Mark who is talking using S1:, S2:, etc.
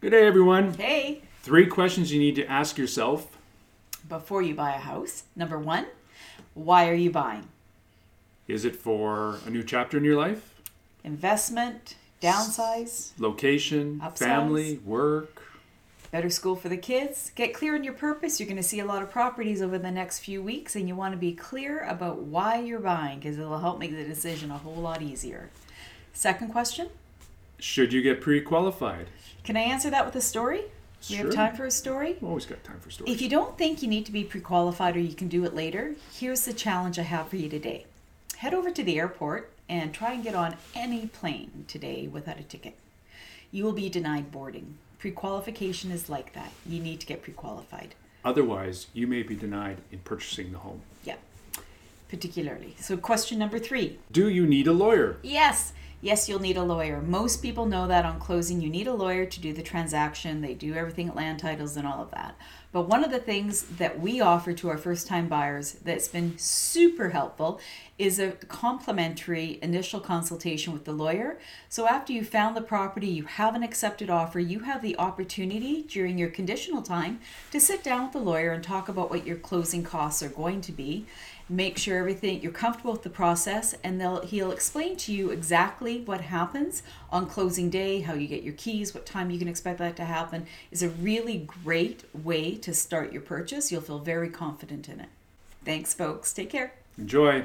S1: Good day, everyone.
S2: Hey,
S1: Three questions you need to ask yourself.
S2: before you buy a house, number one, why are you buying?
S1: Is it for a new chapter in your life?
S2: Investment, downsize,
S1: Location,
S2: Upsize.
S1: family, work?
S2: better school for the kids. Get clear on your purpose. You're going to see a lot of properties over the next few weeks, and you want to be clear about why you're buying because it'll help make the decision a whole lot easier. Second question
S1: Should you get pre qualified?
S2: Can I answer that with a story? Do you
S1: Sure.
S2: have time for a story?
S1: Always got time for stories.
S2: If you don't think you need to be pre qualified or you can do it later, here's the challenge I have for you today. Head over to the airport and try and get on any plane today without a ticket. You will be denied boarding. Pre qualification is like that. You need to get pre qualified.
S1: Otherwise, you may be denied in purchasing the home.
S2: Yeah, particularly. So, question number three
S1: Do you need a lawyer?
S2: Yes. Yes, you'll need a lawyer. Most people know that on closing, you need a lawyer to do the transaction. They do everything at land titles and all of that. But one of the things that we offer to our first time buyers that's been super helpful is a complimentary initial consultation with the lawyer. So after you found the property, you have an accepted offer, you have the opportunity during your conditional time to sit down with the lawyer and talk about what your closing costs are going to be make sure everything you're comfortable with the process and they'll he'll explain to you exactly what happens on closing day how you get your keys what time you can expect that to happen is a really great way to start your purchase you'll feel very confident in it thanks folks take care
S1: Enjoy.